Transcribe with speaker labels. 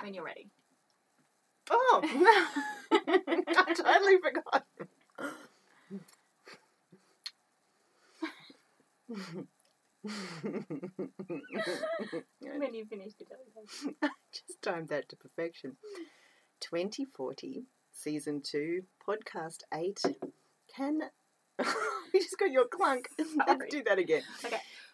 Speaker 1: when you're ready.
Speaker 2: Oh, I totally forgot.
Speaker 1: when you finish the telegram.
Speaker 2: Just timed that to perfection. 2040, season two, podcast eight. Can we just got your clunk? Let's
Speaker 1: Sorry.
Speaker 2: do that again.
Speaker 1: Okay.